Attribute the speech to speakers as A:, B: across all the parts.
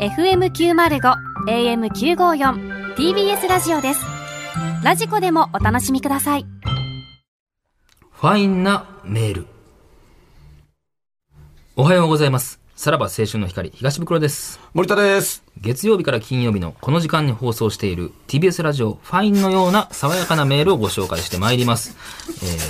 A: FM905 AM954 TBS ラジオですラジコでもお楽しみください
B: ファインなメール。おはようございます。さらば青春の光、東袋です。
C: 森田です。
B: 月曜日から金曜日のこの時間に放送している TBS ラジオファインのような爽やかなメールをご紹介してまいります。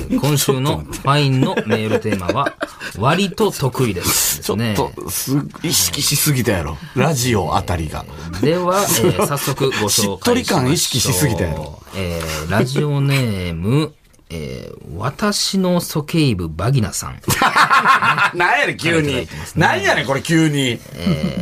B: えー今週のファインのメールテーマは、割と得意です。で
C: ち
B: す
C: ょっ
B: ね。
C: と、す、意識しすぎたやろ。ラジオあたりが。
B: では、えー早速ご紹介しましょう。
C: しっとり感意識しすぎたやろ。
B: えーラジオネーム、えー私の鼠径部バギナさん。
C: あ、 なんやねん、急
B: あり
C: に
B: がとうございます。ね
C: なんやねん、これ急に。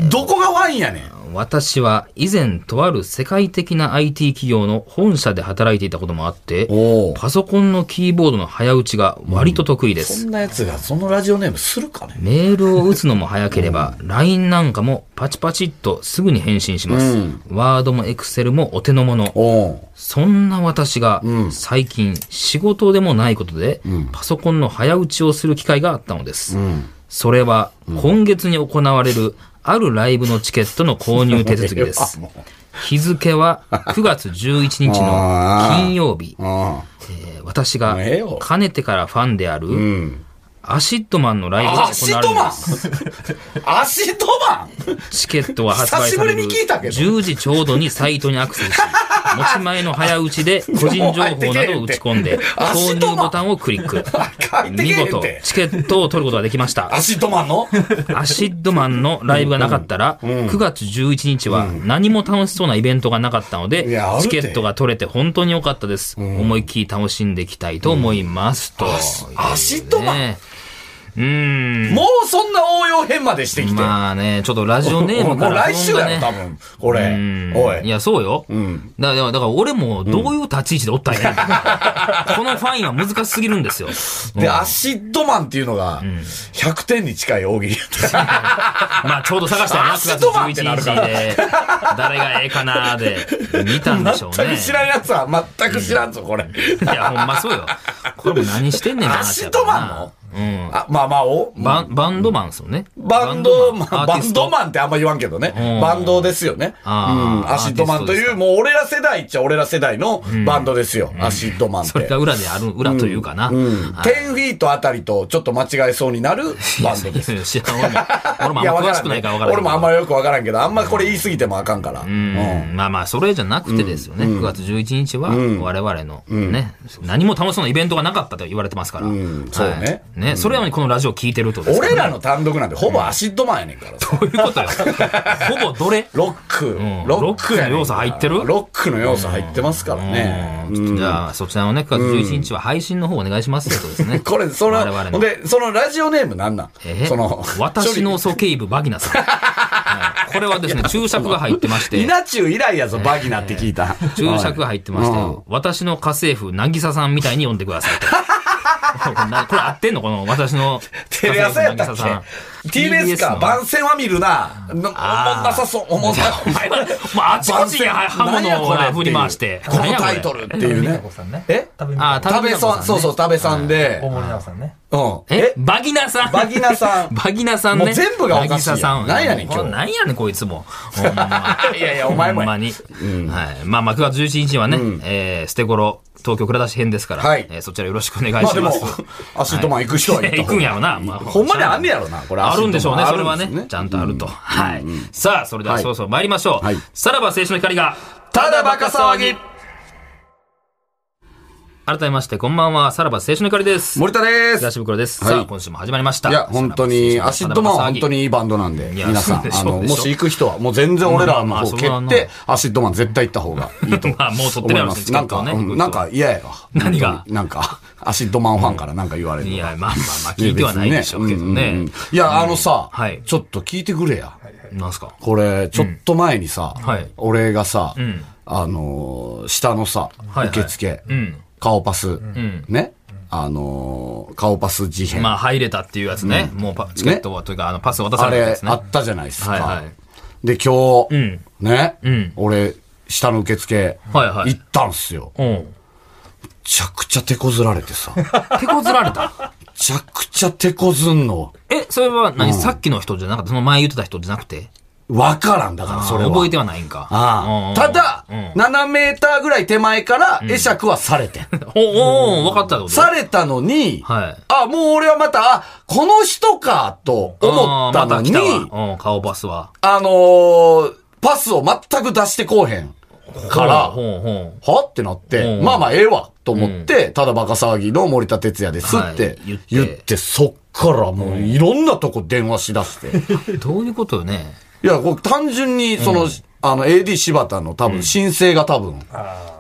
C: どこがワインやねん。
B: 私は以前とある世界的な IT 企業の本社で働いていたこともあって
C: おう、
B: パソコンのキーボードの早打ちが割と得意で
C: そ
B: す。
C: んなやつがそのラジオネームするかね。
B: メールを打つのも早ければ、LINE なんかもパチパチっとすぐに返信します。ワードも Excel もお手の物。
C: おう
B: そんな私が最近仕事でもないことでパソコンの早打ちをする機会があったのです。それは今月に行われるあるライブのチケットの購入手続きで す。日付は9月11日の金曜日。
C: あ
B: えー私が
C: もうええよ
B: かねてからファンであ
C: う
B: る
C: ん。
B: アシッドマンのライブが
C: アシ
B: 行われ
C: ト
B: るん
C: マ
B: です。
C: ンアシトマン
B: チケットは発売される
C: 久しぶりに聞いたけど
B: 10時ちょうどにサイトにアクセ スし、持ち前の早打ちで個人情報などを打ち込ん で、
C: あ
B: 購入ボタンをクリッ ク。
C: 書いて
B: 見
C: けえへん
B: 事
C: て、。
B: チケットを取ることができました
C: ア。シトマンの
B: アシッドマンのライブがなかったら、9月11日は何も楽しそうなイベントがなかったの
C: い
B: で
C: やあ、る
B: チ
C: て
B: ケットが取れて本当に良かったです。思いっきり楽しんでいきたいと思います。と。
C: アシトマン
B: ねうーん。
C: もうそんな応用編までしてきて。
B: まあね、ちょっとラジオネー
C: も
B: ム
C: う
B: から。
C: 来週やろ、多分。これ
B: うん。
C: お
B: い
C: い。
B: や、そうよ。だから、だから俺もどういう立ち位置でおったらええのかな このファインは難しすぎるんですよ。
C: で、アシッドマンっていうのが、100点に近い大喜利やった。
B: まあ、ちょうど探したよな、
C: 足
B: 9
C: 止まっ
B: 月
C: てなるか
B: 11日
C: ら
B: で、誰がええかなで、見たんでしょう
C: 全く
B: ね。
C: 知らんやつは全く知らんぞ、これ。
B: いや、ほんまそうよ。これも何してんねんって話やから
C: 足
B: な。うん。
C: あ、まあまあ、お
B: バン、バンドマンですよね。
C: バンドマン、
B: アーテ
C: バ
B: ィス
C: ン
B: ト
C: ドマンってあんま言わんけどね
B: うん。
C: バンドですよね。う
B: あー
C: ん。アシッドマンと
B: アーティストです
C: い
B: か
C: う、もう俺ら世代っちゃ俺ら世代のバンドですよ。アシッドマンっ
B: それ
C: て
B: が。裏である、裏というかな。
C: うん。
B: はい
C: 10フィートあたりとちょっと間違えそうになるバンドです。
B: いや知らん俺も、 俺もあんま詳しくないから分からんけど。
C: 俺もあんまよくわからんけど、あんまこれ言い過ぎてもあかんから。う
B: うんまあまあ、それじゃなくてですよね。9月11日は、我々のね、何も楽しそうなイベントがなかったと言われてますから。
C: んそうね
B: はいね、それなのにこのラジオ聞いてるってことですか
C: 俺ら
B: ね
C: の単独なんてほぼアシッドマンやねんからさ。
B: どういうことよ。ほぼどれ
C: ロック
B: ん。
C: やねん
B: ロックの要素入ってる
C: ロックの要素入ってますからね。
B: うんちょっとじゃあ、そちらのね、9月11日は配信の方お願いしますってことですね。
C: これ、その、
B: 我々
C: ほ
B: の
C: ん。で、そのラジオネームなんなん
B: え
C: その、
B: 私の鼠径部バギナさん。はいこれはです ね、注釈が入ってまし
C: 処
B: て。
C: 理。稲中以来やぞ、バギナって聞いた。
B: 注釈が入ってまして
C: うん、
B: 私の家政婦、なぎささんみたいに呼んでくだ さいと。これなこれ合ってんのこの私の
C: テレ朝やった
B: 家
C: っ
B: 政婦
C: け ?TBS か、番宣は見るな。のおもん
B: あー
C: なさそう、おもんな。 お前ら
B: まあ、あちこちに刃物を
C: 番宣何やこれっていう
B: 振り回して。
C: このタイトルっていうね。え
B: あ、
C: 食べさん、そうそう、
B: う。
C: 食べさんで。うん。
B: え、バギナさん。
C: バギナさ ん。
B: バギナさんね。
C: もう全部がおかしいや
B: 渚
C: ん
B: さん。
C: なんやねん今日
B: もうなんやねん、こいつ も。ほんま
C: いやいやお前も
B: ほ
C: や
B: んまに。はい。まあまあ、9月11日はね、えー捨て頃、東京蔵出し編ですから、
C: はい
B: えーそちらよろしくお願い
C: まあ
B: し
C: で
B: ま
C: も
B: す。、
C: アシットマン行く人は
B: 行くんやろな。まあ
C: ほんまにあんねやろな、これ。
B: あるんでしょうね、それは
C: アシットマンあるん
B: ね。
C: です
B: ちゃんとあると。はい。さあ、それでは
C: はい
B: そろそろ参りましょう。
C: はい
B: さらば青春の光が、
C: ただバカ騒ぎ
B: 改めまして、こんばんは、さらば青春の光です。
C: 森田です。
B: 東袋です。
C: はい
B: さあ、今週も始まりました。
C: いや、本当に、アシッドマンは本当にいいバンドなんで、
B: いや
C: 皆
B: そ
C: さ
B: うで
C: ん、
B: しょ
C: あの、
B: そうで
C: も
B: しょ
C: し行く人は、もう全然俺ら
B: まあ
C: の
B: まあ
C: 方
B: それは
C: 蹴って、アシッドマン絶対行った方がいい と
B: まあもう取ってる
C: 思
B: や
C: い
B: ろ
C: ます。
B: チケ
C: な
B: ッ
C: ん
B: トは
C: か、
B: ね
C: うんなんか嫌やわ。
B: 何が
C: 本当になんか、アシッドマンファンからなんか言われるの
B: い
C: が。
B: や、まあまあまあ、聞いてはないでしょうけど
C: 別にうんうんう
B: ね
C: ん。いや、あのさ
B: はい、
C: ちょっと聞いてくれや。
B: なんすか
C: これ、ちょっと前にさ、
B: んはい
C: 俺がさ、
B: ん
C: あのー下のさ、
B: はい
C: 受付、
B: うん。
C: 顔パス、ね、あのー顔パス事変、
B: まあ、入れたっていうやつね。もうパ、チケットは、というか、あの、パス渡さ
C: あ
B: れた
C: れ
B: や、つね
C: あ。ったじゃないですか。
B: はいはい
C: で、今日、
B: ん
C: ね、
B: ん
C: 俺、下の受付、
B: はいはい
C: 行ったんすよ。め
B: うん。
C: ちゃくちゃ手こずられてさ、め
B: 手こずられた。
C: ちゃくちゃ手こずんの。
B: え、それは何、さっきの人じゃなかったその前言ってた人じゃなくて
C: わからんだから、それは。
B: 覚えてはないんか。
C: あ
B: うん
C: あただ、
B: うん
C: 7メーターぐらい手前から会釈はさ れてん。
B: おお、分かったってこと
C: されたのに、
B: はい
C: あ、もう俺はまた、あ、この人か、と思ったのに、
B: あーまた来たわうん、顔パスは。
C: あのー、パスを全く出してこうへんから、
B: ほうほう
C: はってなって、
B: うん
C: まあまあええわと思って、ただバカ騒ぎの森田哲也です
B: はい
C: って
B: 言って
C: 言って、そっからもういろんなとこ電話しだして。
B: ほうどういうことよね。
C: いや、こう単純にその、あの AD 柴田の多分申請が多分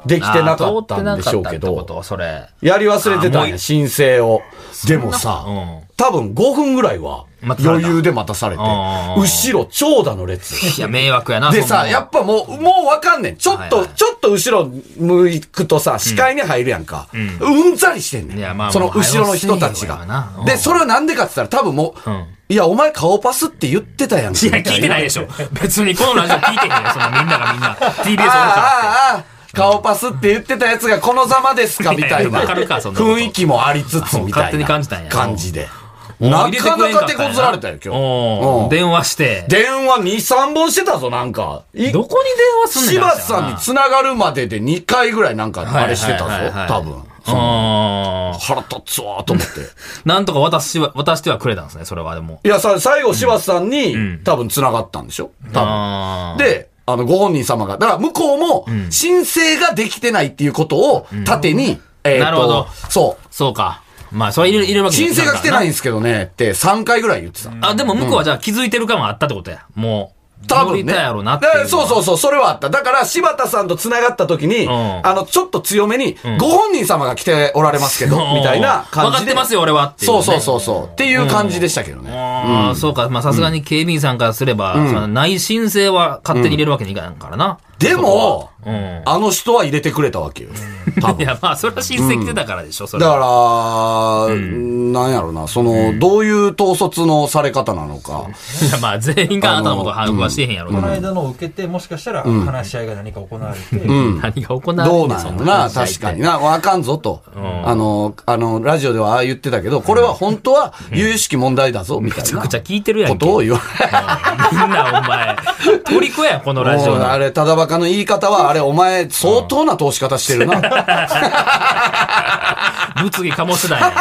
C: できてなかったんでしょうけ
B: あー通ってなかったってこ
C: ど、
B: とそれ。
C: やり忘れて
B: あー
C: たん
B: もう
C: や、申請を。でもさ、
B: うん
C: 多分5分ぐらいは
B: 待たされ
C: 余
B: た
C: 裕で待たされて、
B: あー
C: 後ろ長蛇の列。
B: いや、迷惑やな。
C: で
B: そんな
C: さ、
B: もん
C: やっぱもう、もうわかんねん。ちょっと、
B: はいはい
C: ちょっと後ろ向くとさ、視界に入るやんか。うん、ざりしてんねん。
B: いやまあ
C: その
B: もう
C: 後ろの人た
B: 早
C: ち
B: うせえよやなう
C: が
B: ん。
C: で、それはなんでかって言ったら多分も
B: う
C: う、
B: ん
C: いや、お前顔パスって言ってたやんけ
B: いや、聞いてないでしょ。別にこのラジオ聞いてへんよ。そのみんながみんな。TBS おるからって。
C: ああ、ああ、顔パスって言ってたやつがこのざまですかみ た
B: いや
C: い
B: いや
C: な
B: わかるかそんなこと
C: 雰囲気もありつつみた
B: 勝
C: いな
B: 手に感じたんや
C: 感じで。
B: もう
C: な
B: 入れて
C: か
B: くれ
C: なん
B: かっ
C: か
B: てたんや
C: こずられたよ、今
B: おー
C: 日。うん
B: 電話して。
C: 電話2、3本してたぞ、なんか。い
B: どこに電話すんねん
C: 柴田さんに繋がるまでで2回ぐらいなんかあれしてたぞ
B: はいはいはいはい、
C: 多分。
B: あー
C: 腹立つわーと思って。
B: なんとか渡しは、渡してはくれたんですね、それはでも。
C: いや、さ、最後柴田さんに、
B: ん
C: 多分繋がったんでしょ多分。
B: あー、
C: で、あの、ご本人様が、だから向こうも、申請ができてないっていうことを盾に、えーと
B: なるほど
C: そう。
B: そうか。まあ、それ入れる、入れるわけに
C: 申請が来てないん
B: い
C: ですけどね、って3回ぐらい言ってた。
B: かんなあ、でも向こうはじゃあ気づいてる感はあったってことや。もう。
C: 多
B: 乗
C: 分
B: り
C: ね。
B: たやろなって
C: だ
B: い
C: か
B: うの
C: ら
B: は。
C: そうそうそう、それはあった。だから、柴田さんと繋がった時に、
B: ん
C: あの、ちょっと強めに、ご本人様が来ておられますけど、みたいな
B: 分
C: 感じで。
B: かってますよ、俺はっていう、
C: そうそう
B: う。
C: そうそう。っていう感じでしたけどね。
B: ああ、そうか。まあ、さすがに警備員さんからすれば、その内申請は勝手に入れるわけにいかんからな。
C: でも、
B: うん。
C: あの人は入れてくれたわけよ。 多
B: い
C: 分。
B: や、まあ、それは申請来てたからでしょ、それ
C: だ
B: は。
C: から、なんやろな、その、どういう統率のされ方なのか。
B: いや、まあ、全員があなたのことを把握はしてへんやろう
D: こ
B: けど
D: の間のを受けて、もしかしたら話し合いが何か行われて、
B: 何が行われて
C: どうなんやろな、確かに。な、わかんぞと。あの、あの、ラジオではああ言ってたけど、これは本当は、由々しき問題だぞ、みたい
B: そんな
C: な
B: めちゃくちゃ聞いてるやんけ。
C: ことを言わ
B: うんみんな、お前。 虜やん、このラジ
C: も
B: オ
C: う
B: の。
C: あれ、ただバカの言い方は、あれ、お前、相当な投資方してるな。
B: 物議かもしない。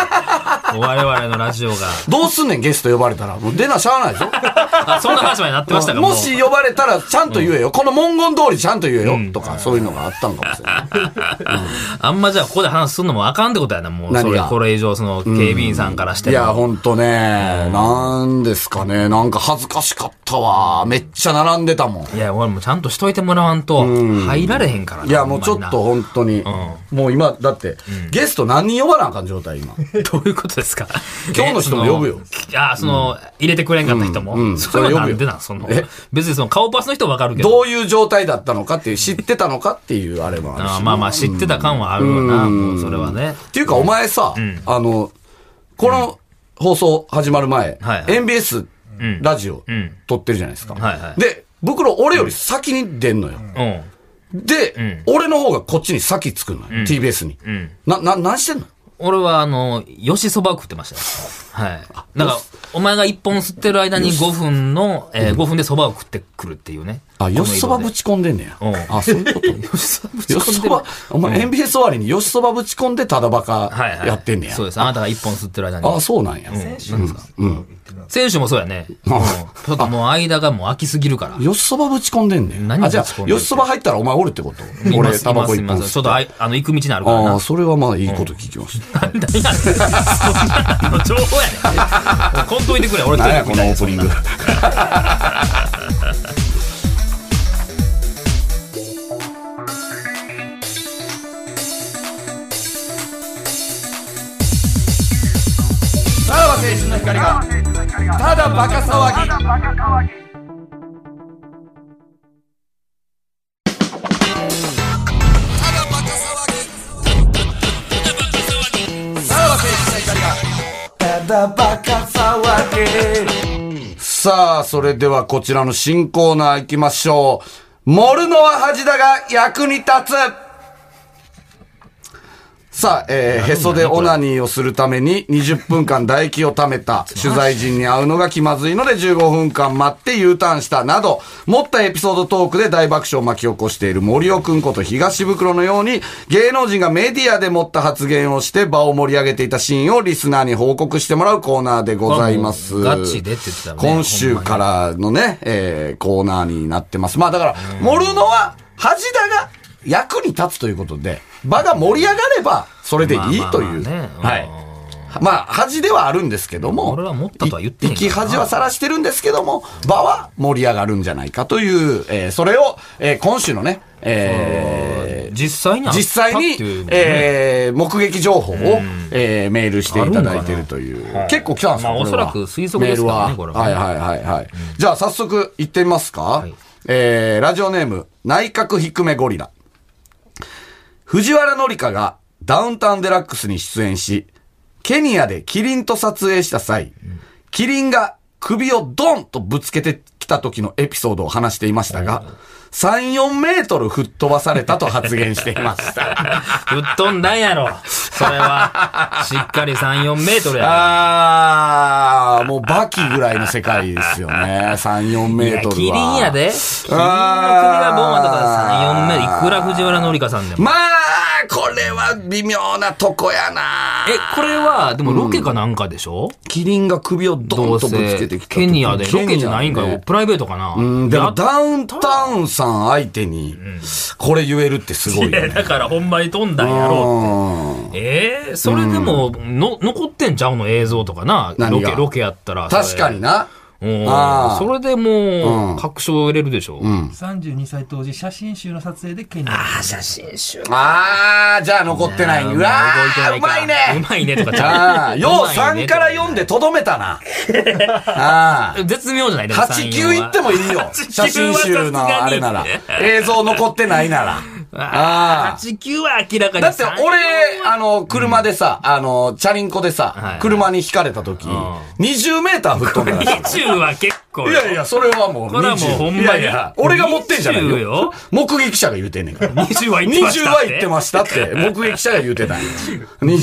B: 我々のラジオが。
C: どうすんねん、ゲスト呼ばれたら。もう出なしゃあないでしょ
B: あ、そんな話までなってましたか
C: も
B: う
C: し呼ばれたらちゃんと言えよ。この文言通りちゃんと言えよ。とか、そういうのがあったんかもしれない。
B: あんまじゃあここで話すんのもあかんってことやな、もう。
C: 何
B: そ
C: が
B: れ、これ以上、その、警備員さんからして
C: い
B: も。
C: や、ほんとね、なんですかね。なんか恥ずかしかったわ。めっちゃ並んでたもん。
B: いや、俺もちゃんとしといてもらわんと、入られへんからな。
C: いや、もうちょっと
B: ほん
C: ほんとに。もう今、だって、ゲスト何人呼ばなあかん状態、今。
B: まにな。どう いうことですか
C: 今日の人も呼ぶよ。
B: えそのあ、その、入れてくれんかった人も。
C: うんうん
B: それはなんでなん、その
C: え。
B: 別にその、顔パスの人はわかるけど。
C: どういう状態だったのかっていう、知ってたのかっていうあれもあるし
B: あ。まあまあ、知ってた感はあるよな、もうそれはね。
C: っていうか、お前さ、あの、この放送始まる前、
B: はいはい
C: NBS
B: ん
C: ラジオ
B: ん
C: 撮ってるじゃないですか。
B: はいはい
C: で、袋俺より先に出んのよ。
B: うん。
C: で、俺の方がこっちに先つくのよ。TBS に。
B: ん
C: な、な、何してんの
B: 俺は、あの、吉そばを食ってましたよ。はい。なんか、お前が一本吸ってる間に5分の、えー、5分でそばを食ってくるっていうね。
C: あ、よしそばぶ
B: ち。
C: ち込んでんねや。
B: うん
C: あ、そ ういうこと
B: 吉そばぶち
C: よ
B: 込
C: し
B: んで
C: そ
B: る。
C: ば、お前 NBS 終わりによしそばぶち込んでただバ
B: は
C: カ
B: いはい。
C: やってんねや
B: そう。です。あなたが一本吸ってる間に。
C: あ、そうなんや。
D: 先週ですか言ってたんです
B: 選手もそうやね。うんちょっともう間がもう空きすぎるから。
C: よしそばぶち込んでんね
B: 何
C: ん。あ、じゃ
B: ぶち込んで
C: あ、
B: る
C: よしそば入ったらお前おるってこと
B: いま
C: 俺、
B: す
C: タバコ
B: い
C: 一
B: ま
C: 本
B: すいま
C: 吸って
B: すちょっとあい、あの、行く道のあるから
C: あ
B: な
C: あ、。それはまあいいこと聞きました。
B: 何やねんそん なの情報やねん。こんといてくれ、俺一人
C: 何
B: で
C: や
B: 食い
C: この
B: た
C: オ
B: いで
C: ー
B: す
C: プニング。 さらば青春の光が、ただバカ騒ぎ。さあ、それではこちらの新コーナー行きましょう。盛るのは恥だが役に立つ。さあ、えー、へそでオナニーをするために20分間唾液を溜 めた、取材陣に会うのが気まずいので15分間待って U ターンしたなど、持ったエピソードトークで大爆笑を巻き起こしている森尾くんこと東袋のように、芸能人がメディアで持った発言をして場を盛り上げていたシーンをリスナーに報告してもらうコーナーでございます。
B: これはもうガチでって言ってたね
C: 今週からのね、えー、コーナーになってます。まあだから、盛るのは恥だが役に立つということで、場が盛り上がれば、それでいい
B: まあまあ
C: という。
B: まあね
C: はい。まあ、恥ではあるんですけども。
B: 俺は持ったとは言ってへん
C: い
B: から
C: 生き
B: な
C: 恥はさらしてるんですけども、場は盛り上がるんじゃないかという、えーそれを、えー今週のね、えー
B: 実際にあった
C: 実際
B: っ
C: に
B: ていう、ね
C: えー目撃情報を、えーメールしていただいてるという。結構来たんですか、
B: まあ
C: これは
B: おそらく推測ですからね
C: メー
B: これ
C: ル
B: は
C: は。はいはいはいはい。じゃあ早速行ってみますか。
B: い
C: えーラジオネーム、内閣低めゴリラ。藤原紀香がダウンタウンデラックスに出演し、ケニアでキリンと撮影した際、キリンが首をドンとぶつけてきた時のエピソードを話していましたが、3、4メートル吹っ飛ばされたと発言していました。
B: ぶっ飛んだんやろ。それは、しっかり3、4メートルや
C: あー、もうバキぐらいの世界ですよね。3、4
B: ろ。い
C: メ
B: や
C: ートルは。
B: キリンやで。キリンの首がボンあったから3、4メートル。いくら藤原紀香さんでも。
C: まあ、これは微妙なとこやな
B: え、これは、でもロケかなんかでしょ、
C: キリンが首をド
B: ど
C: ン
B: う
C: とぶつけ
B: せ
C: てきた時。
B: ケニアでロケじゃないんか
C: ケニア
B: よ。
C: で
B: プライベートかな。
C: うん、でも
B: や
C: ダウンタウンさん相手に、これ言えるってすごい
B: いや
C: よね。
B: だからほんまに飛んだんやろ
C: うん
B: う。ええそれでも、の、残ってんちゃうの映像とかな。ロ
C: 何が
B: ケ、ロケやったら。
C: 確かに
B: な。
C: な。
B: うん
C: あー
B: それで
C: う
B: も
C: ん
B: う、確証を入れるでしょ。
D: 32歳当時、写真集の撮影でケニアに。
B: あ、写真集。
C: あー、じゃあ残ってない。うわー、うまいね。
B: うまいねとかち
C: あ
B: ゃ
C: あ、
B: う。
C: よう3から4でとどめた な。ああ。
B: 絶妙じゃないでも
C: 8、9いってもい いよ。
B: 89
C: 写真集のあれ な ら。映像残ってないなら。ああ
B: あ8、9は明らかに。
C: だって俺、あの、車でさ、あの、チャリンコで
B: は
C: さ
B: い、
C: 車にひかれた時、20メーター吹っ飛んだ から
B: 20は結構
C: い
B: よ。
C: やいや、それはもう20。
B: これはもうほんまに
C: いやいや、俺が持ってんじゃない
B: 20
C: よ
B: よ。
C: 目撃者が言うてんねんから。
B: 20は言ってまし
C: 20
B: た
C: は言ってましたって、目撃者が言うてたんや。20。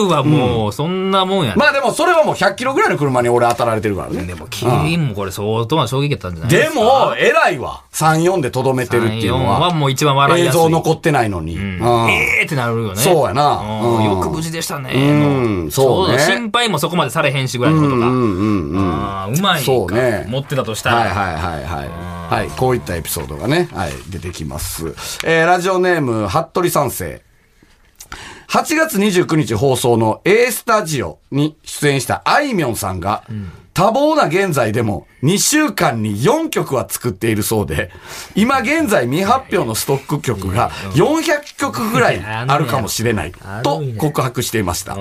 B: 20はもう、そんなもんやね。
C: まあでも、それはもう100キロぐらいの車に俺当たられてるからね。でも、
B: キリンもこれ相当な衝撃やったんじゃない
C: でも、偉いわ。3、4でとどめてるっていうの
B: 3 4は
C: は。
B: もう一番笑い
C: 映
B: やすい。
C: 像残ってないのに。うん
B: ええーってなるよね。
C: そうやな
B: うん
C: うん
B: よく無事でしたね。
C: うん
B: の
C: そうね
B: ちょど心配もそこまでされへんしぐらいのことが。
C: うんうんうん。
B: あーうまいか
C: そうね
B: 持ってたとしたら。
C: はいはいはいはい。はい、こういったエピソードがね、はい、出てきます。えー、ラジオネーム、服部三世。8月29日放送の A スタジオに出演したあいみょんさんが、多忙な現在でも2週間に4曲は作っているそうで、今現在未発表のストック曲が400曲ぐらいあるかもしれないと告白していました。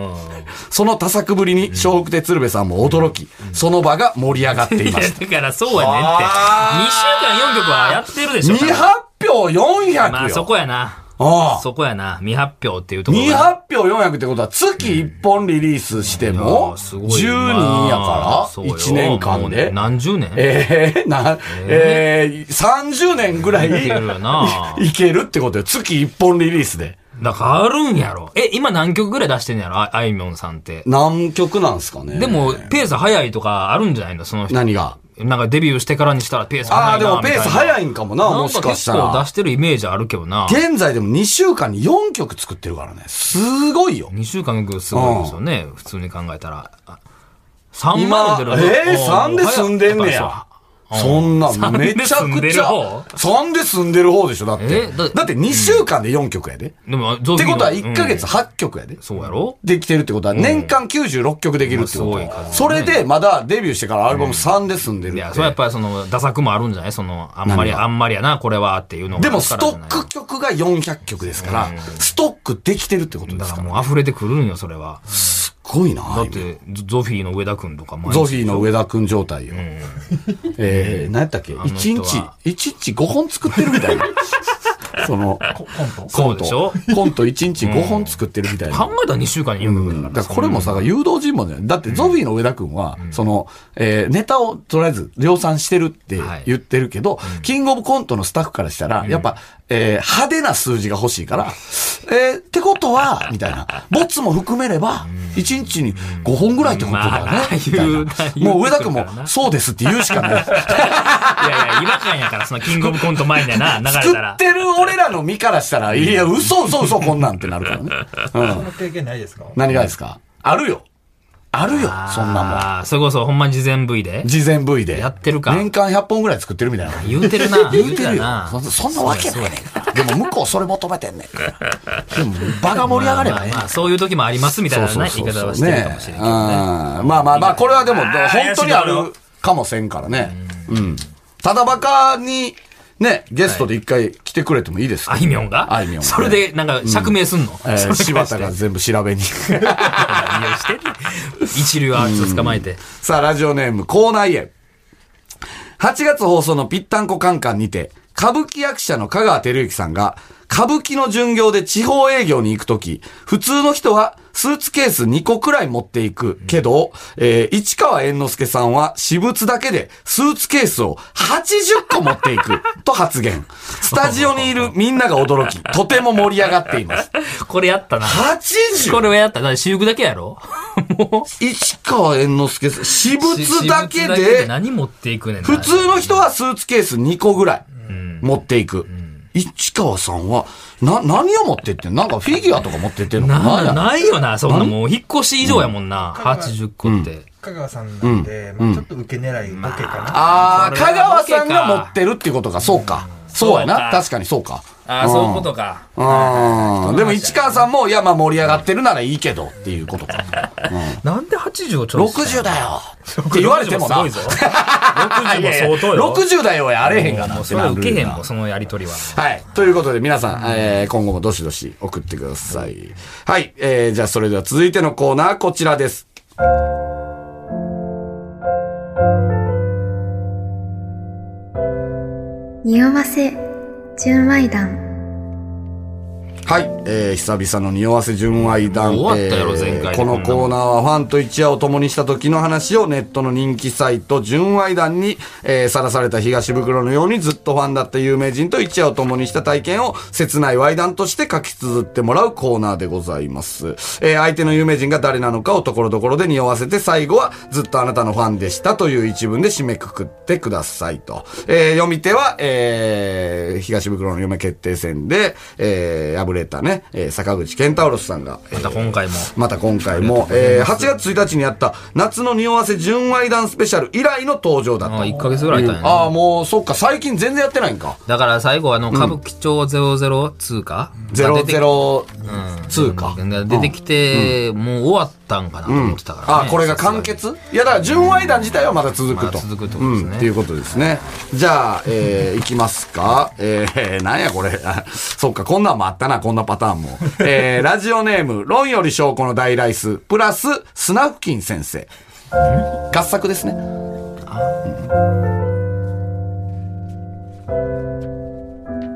C: その多作ぶりに笑福亭鶴瓶さんも驚き、その場が盛り上がっていま
B: いや
C: した。
B: だからそうやねんって。2
C: あー
B: 週間4曲はやってるでしょ。
C: 未
B: 多分
C: 発表400よ。
B: まあそこやな。
C: ああ
B: そこやな。未発表っていうところ
C: 未
B: が。
C: 発表400ってことは月1本リリースして
B: い
C: も、
B: やす
C: 10
B: ごい
C: 人
B: よ
C: や
B: まあ
C: か
B: そ
C: ら、
B: うよ
C: 1年
B: も
C: 間
B: うね
C: で。
B: 何十年
C: ええ な、ええ30年ぐらい
B: いけるよない
C: けるってことよ。月1本リリースで。
B: だからあるんやろ。え、今何曲ぐらい出してんやろああいみょんさんって。
C: 何曲なんすかね。
B: でも、ペース早いとかあるんじゃないのその人。
C: 何が
B: なんかデビューしてからにしたらペース
C: あ
B: 早
C: あ、
B: いな
C: でもペース早
B: い
C: いんかもな、
B: な
C: も
B: ん
C: し
B: か
C: かし
B: 結
C: た
B: 構
C: ら
B: 出。してるイメージあるけどな。
C: 現在でも2週間に4曲作ってるからね。すごいよ。
B: 2週間の曲すごいですよね。普通に考えたら。あ3
C: 今
B: 万出、る
C: えー、3で住んでんねや。そんな、
B: 3
C: めちゃ
B: で住ん
C: く
B: で
C: ち
B: る
C: ゃ
B: 方。
C: 3で住んでる方でしょ、だっ
B: え
C: て。
B: だ
C: だって2週間で4曲やで。っ
B: でも、ゾ
C: て
B: フィーの
C: ことは1ヶ月8曲やで。
B: うんそうやろ
C: できてるってことは、年間96曲できるってこと
B: まあすごい数
C: は。
B: ね
C: それで、まだデビューしてからアルバム3で済んで
B: い
C: るって
B: や、それはやっぱりその、打作もあるんじゃないその、あんまり、あんまりやな、これは、っていうのが
C: でも、スト
B: あるか
C: ッ
B: らじゃない
C: ク曲が400曲ですから、ストックできてるってことで
B: だ
C: す
B: か
C: からら。
B: もう溢れてくるんよ、それは。
C: すっごいな
B: だって、ゾゾフィーの上田くんとかも。
C: ゾフィーの上田くん状態よ。えー、何やったっけ
B: の人
C: ?1
B: は
C: 日、一日5本作ってるみた いな。その、
B: そうでしょ
C: コント1日5本作ってるみたいな。
B: 考えたら2週間に4曲だから。
C: だからこれもさ、誘導尋問じゃない。だってゾフィーの上田くんは、その、えーネタをとりあえず量産してるって
B: はい
C: 言ってるけど、キングオブコントのスタッフからしたら、やっぱ、えー派手な数字が欲しいから、えーってこ とは、みたいな。ボツも含めれば、1日に5本ぐらいってことだよね。
B: まあ
C: みたい
B: 言うな言う
C: なもう上田君
B: てくるから
C: も、
B: な
C: そうですって言う しかない。
B: いやいや、違和感やから、そのキングオブコント前でな、流
C: 作
B: れたら
C: っ。てる俺らの身からしたら、いや、嘘嘘嘘こんなんってなるからね。うん。
D: その経験ないですか
C: 何がですかあるよ。あるよ、そんなもん。
B: ああ、それこそほんま事前 V で。
C: 事前 V で。
B: やってるか
C: 年間100本ぐらい作ってるみたいな。
B: 言うてるな。
C: 言うてるよ
B: な。。
C: そそんなわけないねんから。でも向こうそれ求めてんねんから。でも、場が盛り上がれば
B: まあ
C: ね
B: まあ。まあそういう時もありますみたいなな言い方はしてるかもしれんけどね。
C: うんまあまあまあ、これはでも、
B: ー
C: 本当にあるかもせんからね。うん。ただバカに、ね、ゲストで一回来てくれてもいいですか
B: あいみょんが
C: あいみょんがね
B: それで、なんか、釈明すんの
C: えー
B: それに関して
C: 柴田が全部調べに。
B: 何をしてんねん一流アーティスト捕まえて。
C: さあ、ラジオネーム、口内炎。8月放送のぴったんこカンカンにて、歌舞伎役者の香川照之さんが、歌舞伎の巡業で地方営業に行くとき、普通の人はスーツケース2個くらい持っていくけど、えー市川猿之助さんは私物だけでスーツケースを80個持っていくと発言。スタジオにいるみんなが驚き、とても盛り上がっています。
B: これやったな。
C: 80!
B: これはやった。だって私服だけやろもう。
C: 市川猿之助さん、私物だけ
B: 私服
C: で、
B: 何持っていくねんな
C: 普通の人はスーツケース2個ぐらい持っていく。市川さんは、な、何を持ってってんなんかフィギュアとか持ってってんのかな
B: な、ないよな。そんなもう、引っ越し以上やもんな。80個って。
D: 香川さんなんで、まあちょっと受け狙いボケかな。
C: あー、
B: そ
C: 香
B: れは
C: 川
B: ボケか
C: さんが持ってるっていうことか。そうか。そうや
B: そう
C: な。
B: か
C: 確かにそうか。
B: ああ、そういうことか。
C: うん。でも市川さんも、いや、まあ盛り上がってるならいいけどっていうことか。
B: なんで80をちょ
C: 60だよって言われてもな。
B: 60もすごいぞ。60
C: い やいや
B: も相当よ。
C: 60だよやあれへんが
B: も
C: な
B: う
C: って
B: それ
C: な
B: は
C: るよな。
B: 受けへんもん、そのやりとりは。
C: はい。ということで皆さん、えー今後もどしどし送ってください。はい。えーじゃあそれでは続いてのコーナー、こちらです。
E: 匂わせ純愛談
C: はい。えー久々の匂わせ純愛談。
B: もう終わったやろ前回で
C: この
B: こんな
C: コ
B: も
C: ー
B: ん
C: ナーはファンと一夜を共にした時の話をネットの人気サイト純愛談に、えーさらされた東袋のようにずっとファンだった有名人と一夜を共にした体験を切ない愛談として書き綴ってもらうコーナーでございます。えー相手の有名人が誰なのかをところどころで匂わせて最後はずっとあなたのファンでしたという一文で締めくくってくださいと。えー読み手は、えー東袋の嫁決定戦で、えー敗れたね、えー坂口健太郎さんが、えー
B: また今回も。
C: また今回も、えー8月1日にやった夏の匂わせ純愛談スペシャル以来の登場だ
B: あ
C: と。
B: あ、1ヶ月ぐらい空いたんやな
C: ああ、もう、そっか、最近全然やってないんか。
B: だから最後、あの、歌舞伎町002か
C: 002か。
B: が出てきて、もう終わったんかなと思ってたからね。
C: ああ、これが完結いや、だから純愛談自体はまだ続くと。
B: まだ続くってことですね
C: うん、っていうことですね。じゃあ、えー、いきますか。えー、なんやこれ。 あそっか、こんなんもあったな、こんなパターンも。えー、ラジオネーム、論より証拠の大ライス、プラス、スナフキン先生。合作ですね。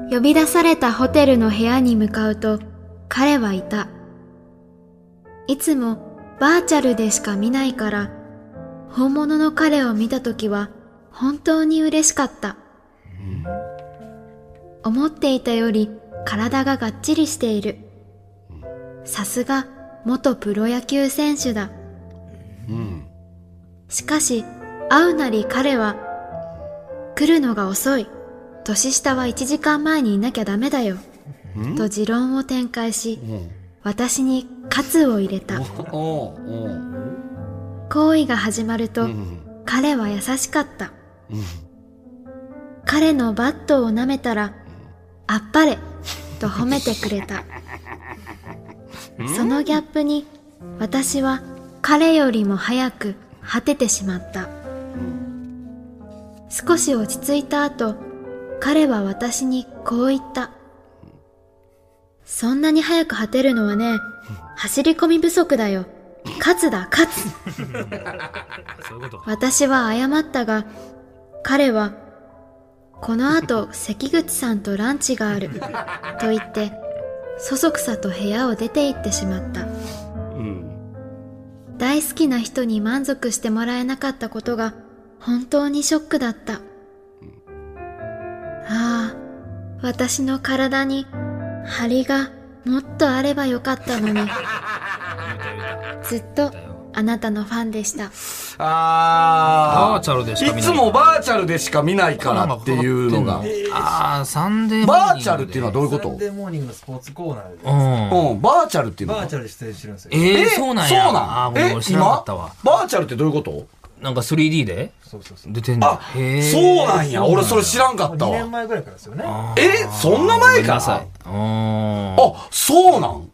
E: 呼び出されたホテルの部屋に向かうと彼はいたいつもバーチャルでしか見ないから本物の彼を見た時は本当に嬉しかった、思っていたより体ががっちりしているさすが元プロ野球選手だ、しかし会うなり彼は来るのが遅い年下は1時間前にいなきゃダメだよと持論を展開し私に喝を入れた
C: おうおう
E: 行為が始まると、彼は優しかった、彼のバットを舐めたら「あっぱれ!」と褒めてくれたそのギャップに私は彼よりも早く果ててしまった少し落ち着いた後彼は私にこう言ったそんなに早く果てるのはね走り込み不足だよ勝つだ勝つ
B: そういうことか。
E: 私は謝ったが、彼は、この後、関口さんとランチがある、と言って、そそくさと部屋を出て行ってしまった。大好きな人に満足してもらえなかったことが、本当にショックだった。ああ、私の体に張りがもっとあればよかったのにずっとあなたのファンでした
C: あ
B: バーチャルでしか見ない
C: いつもバーチャルでしか見ないからっていうのが。
B: ああ、サンデー
C: バーチャルっていうのはどういうこ
D: サン
C: と
D: デーモーニングのスポーツコーナーで、
B: うん。
C: うん、バーチャルっていうの
D: バー
C: は
D: チャルで出演してるんですよ。
B: えー、そうなんや。
C: そう
B: あ
C: な
B: ー
C: ん
B: ごめん
C: え
B: 俺知らなか
C: 今
B: ったわ。
C: バーチャルってどういうこと
B: なんか 3D で
D: そうそうそう。
B: 出てんの
C: あ、そうなんや。俺それ知らんかった
D: 2年
C: わ。
D: 前ぐらいからですよね。
C: え、そんな前か
B: さ
C: ら
B: い。あ
C: あ、そうなん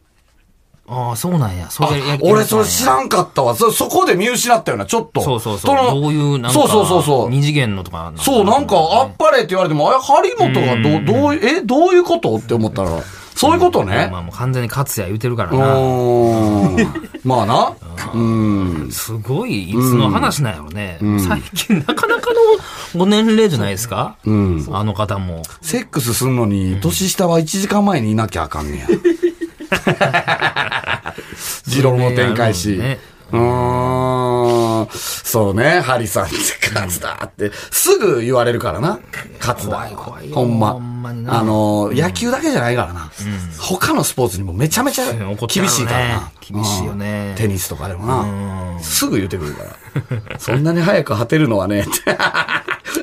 B: あー、そうなんや。そ
C: あ
B: れやって
C: 俺それ知ら
B: ん。
C: んかったわ。そ、そこで見失ったよな、ちょっと。
B: そうそうそう。
C: の
B: どういう、なんか、
C: そうそうそうそう。
B: 二次元のとかの。
C: そう、なんか、あっぱれって言われても、あれ、張本がどう、どう、え、どういうことって思ったら、そういうことね。
B: まあもう完全に勝つや言うてるから
C: う
B: な。
C: ーん。まあな。うん。
B: すごい、いつの話なんやろね。最近、なかなかのご年齢じゃないですか
C: ん
B: あの方も。
C: セックスすんのに、年下は1時間前にいなきゃあか んねや。持論の展開し。
B: それね
C: うーん。そうね、ハリさんってカツだって、すぐ言われるからな。カツだ。
B: 怖い怖いよ
C: ほんま。
B: ほんまにな
C: あの、野球だけじゃないからな。他のスポーツにもめちゃめちゃ
B: 怒ってや
C: 厳
B: ろ
C: し
B: う
C: い
B: ね
C: からな。
B: 厳しいよね
C: うんテニスとかでもな。すぐ言ってくるから。そんなに早く果てるのはね、って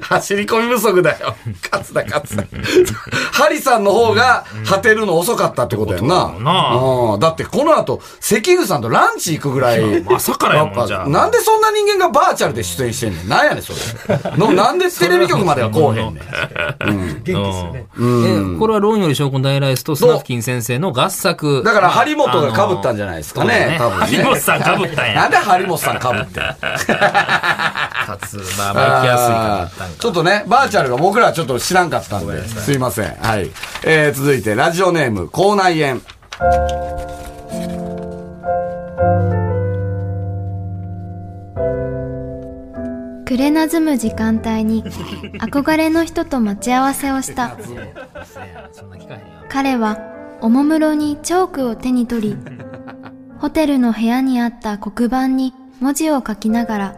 C: 走り込み不足だよ。 勝つだ、勝つだ。 ハリさんの方が果てるの遅かったってことやんな。
B: うんな
C: うんだってこの後、関口さんとランチ行くぐらい。
B: 朝からやもんじゃ
C: やっ
B: あ
C: ぱなんでそんな人間がバーチャルで出演してんねん。なんやねん、それ。のなんでテレビ局まではこうへんねん。
D: 元気ですよね。
B: えこれは論より証拠の大ライスとスナフキン先生の合作。
C: だから張本が被ったんじゃないですかね
B: あの
C: 多分ね
B: 張本さん被ったん
C: なん
B: や。
C: で張本さんかぶってんの
B: かつ、まあ、巻きやすいからったん
C: ちょ
B: か。
C: っとね、バーチャルが僕らはちょっと知らんかったんで、すいません。はい。えー、続いて、ラジオネーム、口内炎。
E: くれなずむ時間帯に憧れの人と待ち合わせをした
B: そんな聞かへんや
E: 彼はおもむろにチョークを手に取りホテルの部屋にあった黒板に文字を書きながら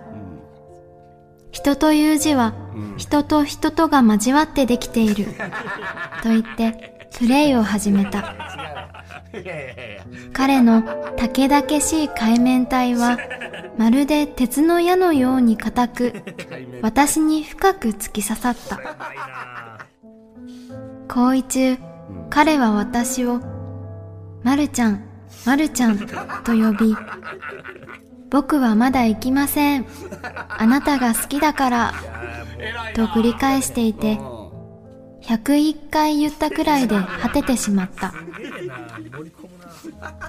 E: 「人という字は人と人とが交わってできている」と言ってプレイを始めた彼のたけだけしい海面体はまるで鉄の矢のように固く私に深く突き刺さった行為中彼は私を「まるちゃんまるちゃん」と呼び「僕はまだ行きませんあなたが好きだから」と繰り返していて101回言ったくらいで果ててしまった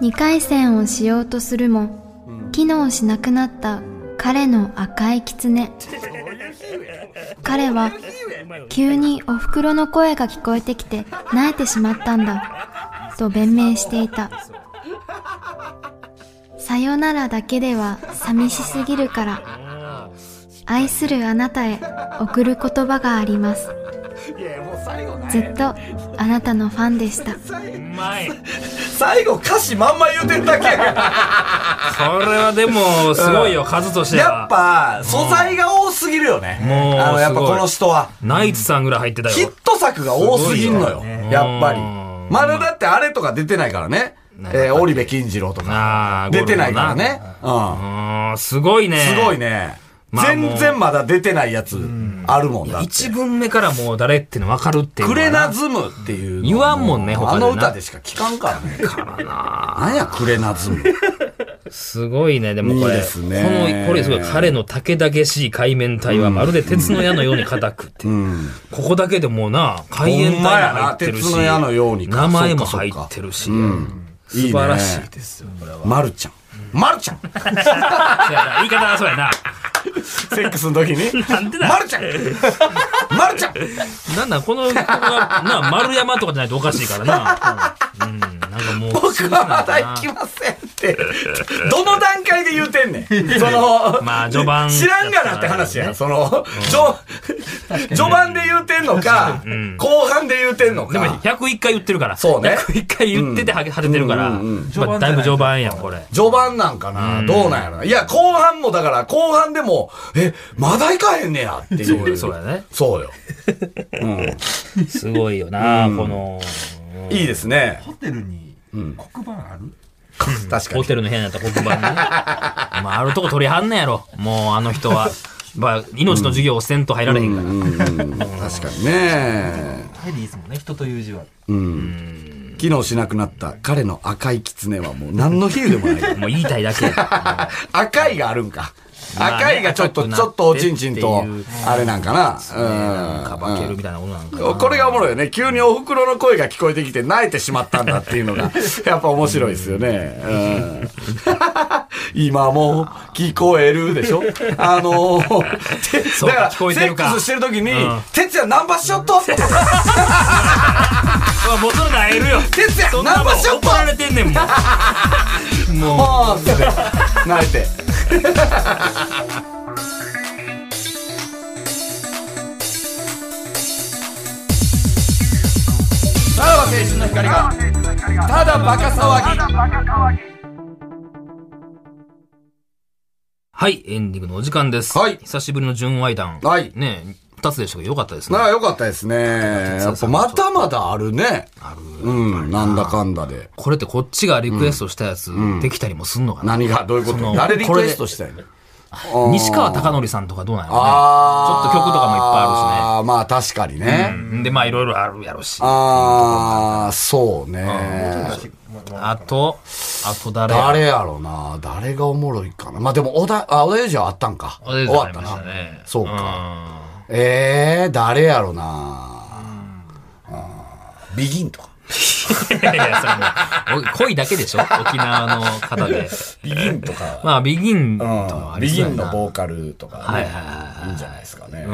E: 2回戦をしようとするも機能しなくなった彼の赤い狐彼は急にお袋の声が聞こえてきて泣いてしまったんだと弁明していたさよならだけでは寂しすぎるから愛するあなたへ贈る言葉がありますずっとあなたのファンでした
B: うまい。そ
C: 最後、歌詞まんま言うてるだけやから。
B: れはでも、すごいよ、数 としては。
C: やっぱ、素材が多すぎるよね。
B: もう
C: あの、やっぱ
B: すごい
C: この人は。
B: ナイツさんぐらい入ってた
C: ヒ
B: よ
C: ッ。ト作が多すぎんのよ。
B: すごいよね
C: やっぱり
B: うん。
C: まだだってあれとか出てないからね。えー、織部金次郎と
B: あ
C: か。
B: ー
C: 出てないからね。うん
B: う。ーん、すごいね。
C: すごい。ね。
B: まあもう
C: 全然まだ出てないやつあるもんだって。
B: 一文目からもう誰っての分かるっていう
C: ク
B: のが
C: レナズムっていうのは。
B: 言わんもんね
C: う
B: 他
C: あ
B: でな
C: の歌でしか聞かんから ね。なんや、クレナズム。
B: すごいね、でもこれ。
C: いいですね
B: この、これすごい、彼の竹だけしい海面体はまるで鉄の矢のように硬くって。ここだけでもうな、海面体も入ってるし。
C: ほんまやな鉄の矢のようにか
B: 名前も
C: そっかそ
B: 入
C: っか
B: ってるし。
C: いい
B: 素
C: ね
B: 晴らしいですよ、これは。
C: まるちゃん。まる ちゃん
B: そうやな言い方はそうやな。
C: セックスの時に。まるちゃ んまるちゃん
B: なんなん、この、ここが、な、丸山とかじゃないとおかしいからな。うん、うんなんかもう。
C: 僕はまだ行きませんって。どの段階で言うてんねん。その、
B: まあ序盤
C: 知らんがなって話やん。その、序、序盤で言うてんのか、後半で言うてんの
B: でも
C: か。
B: 101回言ってるから。
C: そうね
B: 101回言っててはげ果ててるから。まあだいぶ序盤やん、これ。
C: 序盤なんかな、どうなんやろな。いや、後半もだから、後半でも、え、まだ行かへんねやっていう。
B: そうやね。
C: そうよ。うん。
B: すごいよな、この、
C: いいですね。
D: ホテルに黒板ある
C: 確か
B: ホ
C: に。
B: テルの部屋にあった黒板 ね。まあ、あるとこ取りはんねやろ。もう、あの人は。まあ、命の授業をせんと入られへんから。
C: 確かにね。
D: 入りいいですもんね人という字は
C: 機能しなくなった彼の赤い狐はもう何の比喩でもない。
B: もう言いたいだけ。
C: 赤いがあるんか。
B: まあね
C: 赤いがちょっと、
B: 赤くなっ
C: ち
B: て
C: ょっとおちんちんと
B: っていう、
C: あれなんか
B: なん
C: な。
B: か
C: うん
B: 化けるみたいなことなんかな。
C: これがおもろいよね。急にお袋の声が聞こえてきて泣いてしまったんだっていうのが、 やっぱ面白いですよね。うん、 今も聞こえるでし ょあのー、て
B: そう
C: だ
B: か
C: から、
B: 聞こえて
C: セ
B: る
C: ッ
B: か
C: クスしてる時に
B: うん、
C: 哲也ナンバーショットって、
B: うわもうそれなえるよ。
C: 哲
B: そ
C: 也
B: んな
C: ナン
B: も
C: バ
B: ん
C: ーショッ
B: 怒
C: ト
B: られてんねんもん。 も
C: もうって、 泣いて。さらば青春の光が、ただバカ騒ぎ。
B: うはい、エンディングのお時間です。
C: はい
B: 久しぶりの純愛談。
C: はい
B: ねえ、二つでしたけどよかったですね。
C: なあ、よかったですね。やっぱまだまだあるね。
B: ある
C: うん、なんだかんだで。
B: これってこっちがリクエストしたやつ、できたりもすんのかな。
C: 何が、どういうこ
B: そ
C: と
B: の
C: 誰リクエストしたいの
B: 西川貴教さんとかどうなんやろうね。
C: あ
B: ちょっと曲とかもいっぱいあるしね。
C: ああ、まあ確かにね。
B: うんで、まあ、いろいろあるやろし。あ
C: ああ、そうね。
B: と、あと誰や
C: 誰やろな。誰がおもろいかな。まあでも、小田、あ、小田裕二はあったんか。
B: あれ
C: 終
B: じゃあ
C: わ
B: り
C: った
B: ました
C: な。
B: ね。
C: そう
B: か。
C: ええ、誰やろな。ビギンとか。
B: いやいや、それもう、お恋だけでしょ沖縄の方 で。
C: ビギンとか。
B: まあ、ビギンともあり
C: ビ
B: そ
C: ギ
B: うや
C: ンの
B: な。
C: ボーカルとか
B: はい
C: ね
B: はいはい
C: いいんじゃないですかね。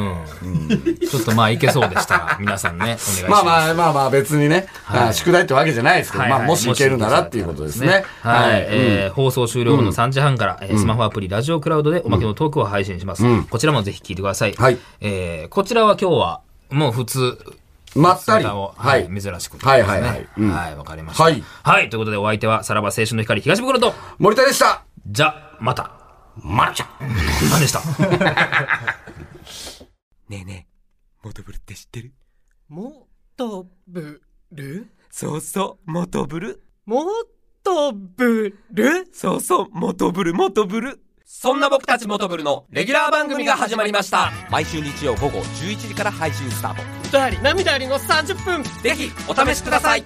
B: ちょっとまあ、いけそうでしたら、皆さんね、お願いします。
C: まあまあまあまあ別にね、あ宿題ってわけじゃないですけど、
B: はいはい
C: まあもしいけるならっていうことですね。
B: はい。
C: うん
B: えー放送終了後の3時半から、えースマホアプリラジオクラウドでおまけのトークを配信します。こちらもぜひ聞いてください。
C: はい
B: えーこちらは今日は、もう普通、
C: まったり。
B: 姿を
C: は。
B: はいい、珍しく。
C: はいはいはいうん
B: はい、わかりました。
C: はい
B: はい、ということでお相手は、さらば青春の光東袋と、
C: 森田でした。
B: じゃ、また。
C: まるちゃん。
B: 何でした
F: ねえねえ、モトブルって知ってる
G: もっとぶる
F: そうそう、モトブル。
G: もっとぶる
F: そうそう、モトブル、モトブル。
G: そんな僕たちモトブルのレギュラー番組が始まりました
F: 毎週日曜午後11時から配信スタート。
G: 歌あり涙ありの30分
F: ぜひ、お試しください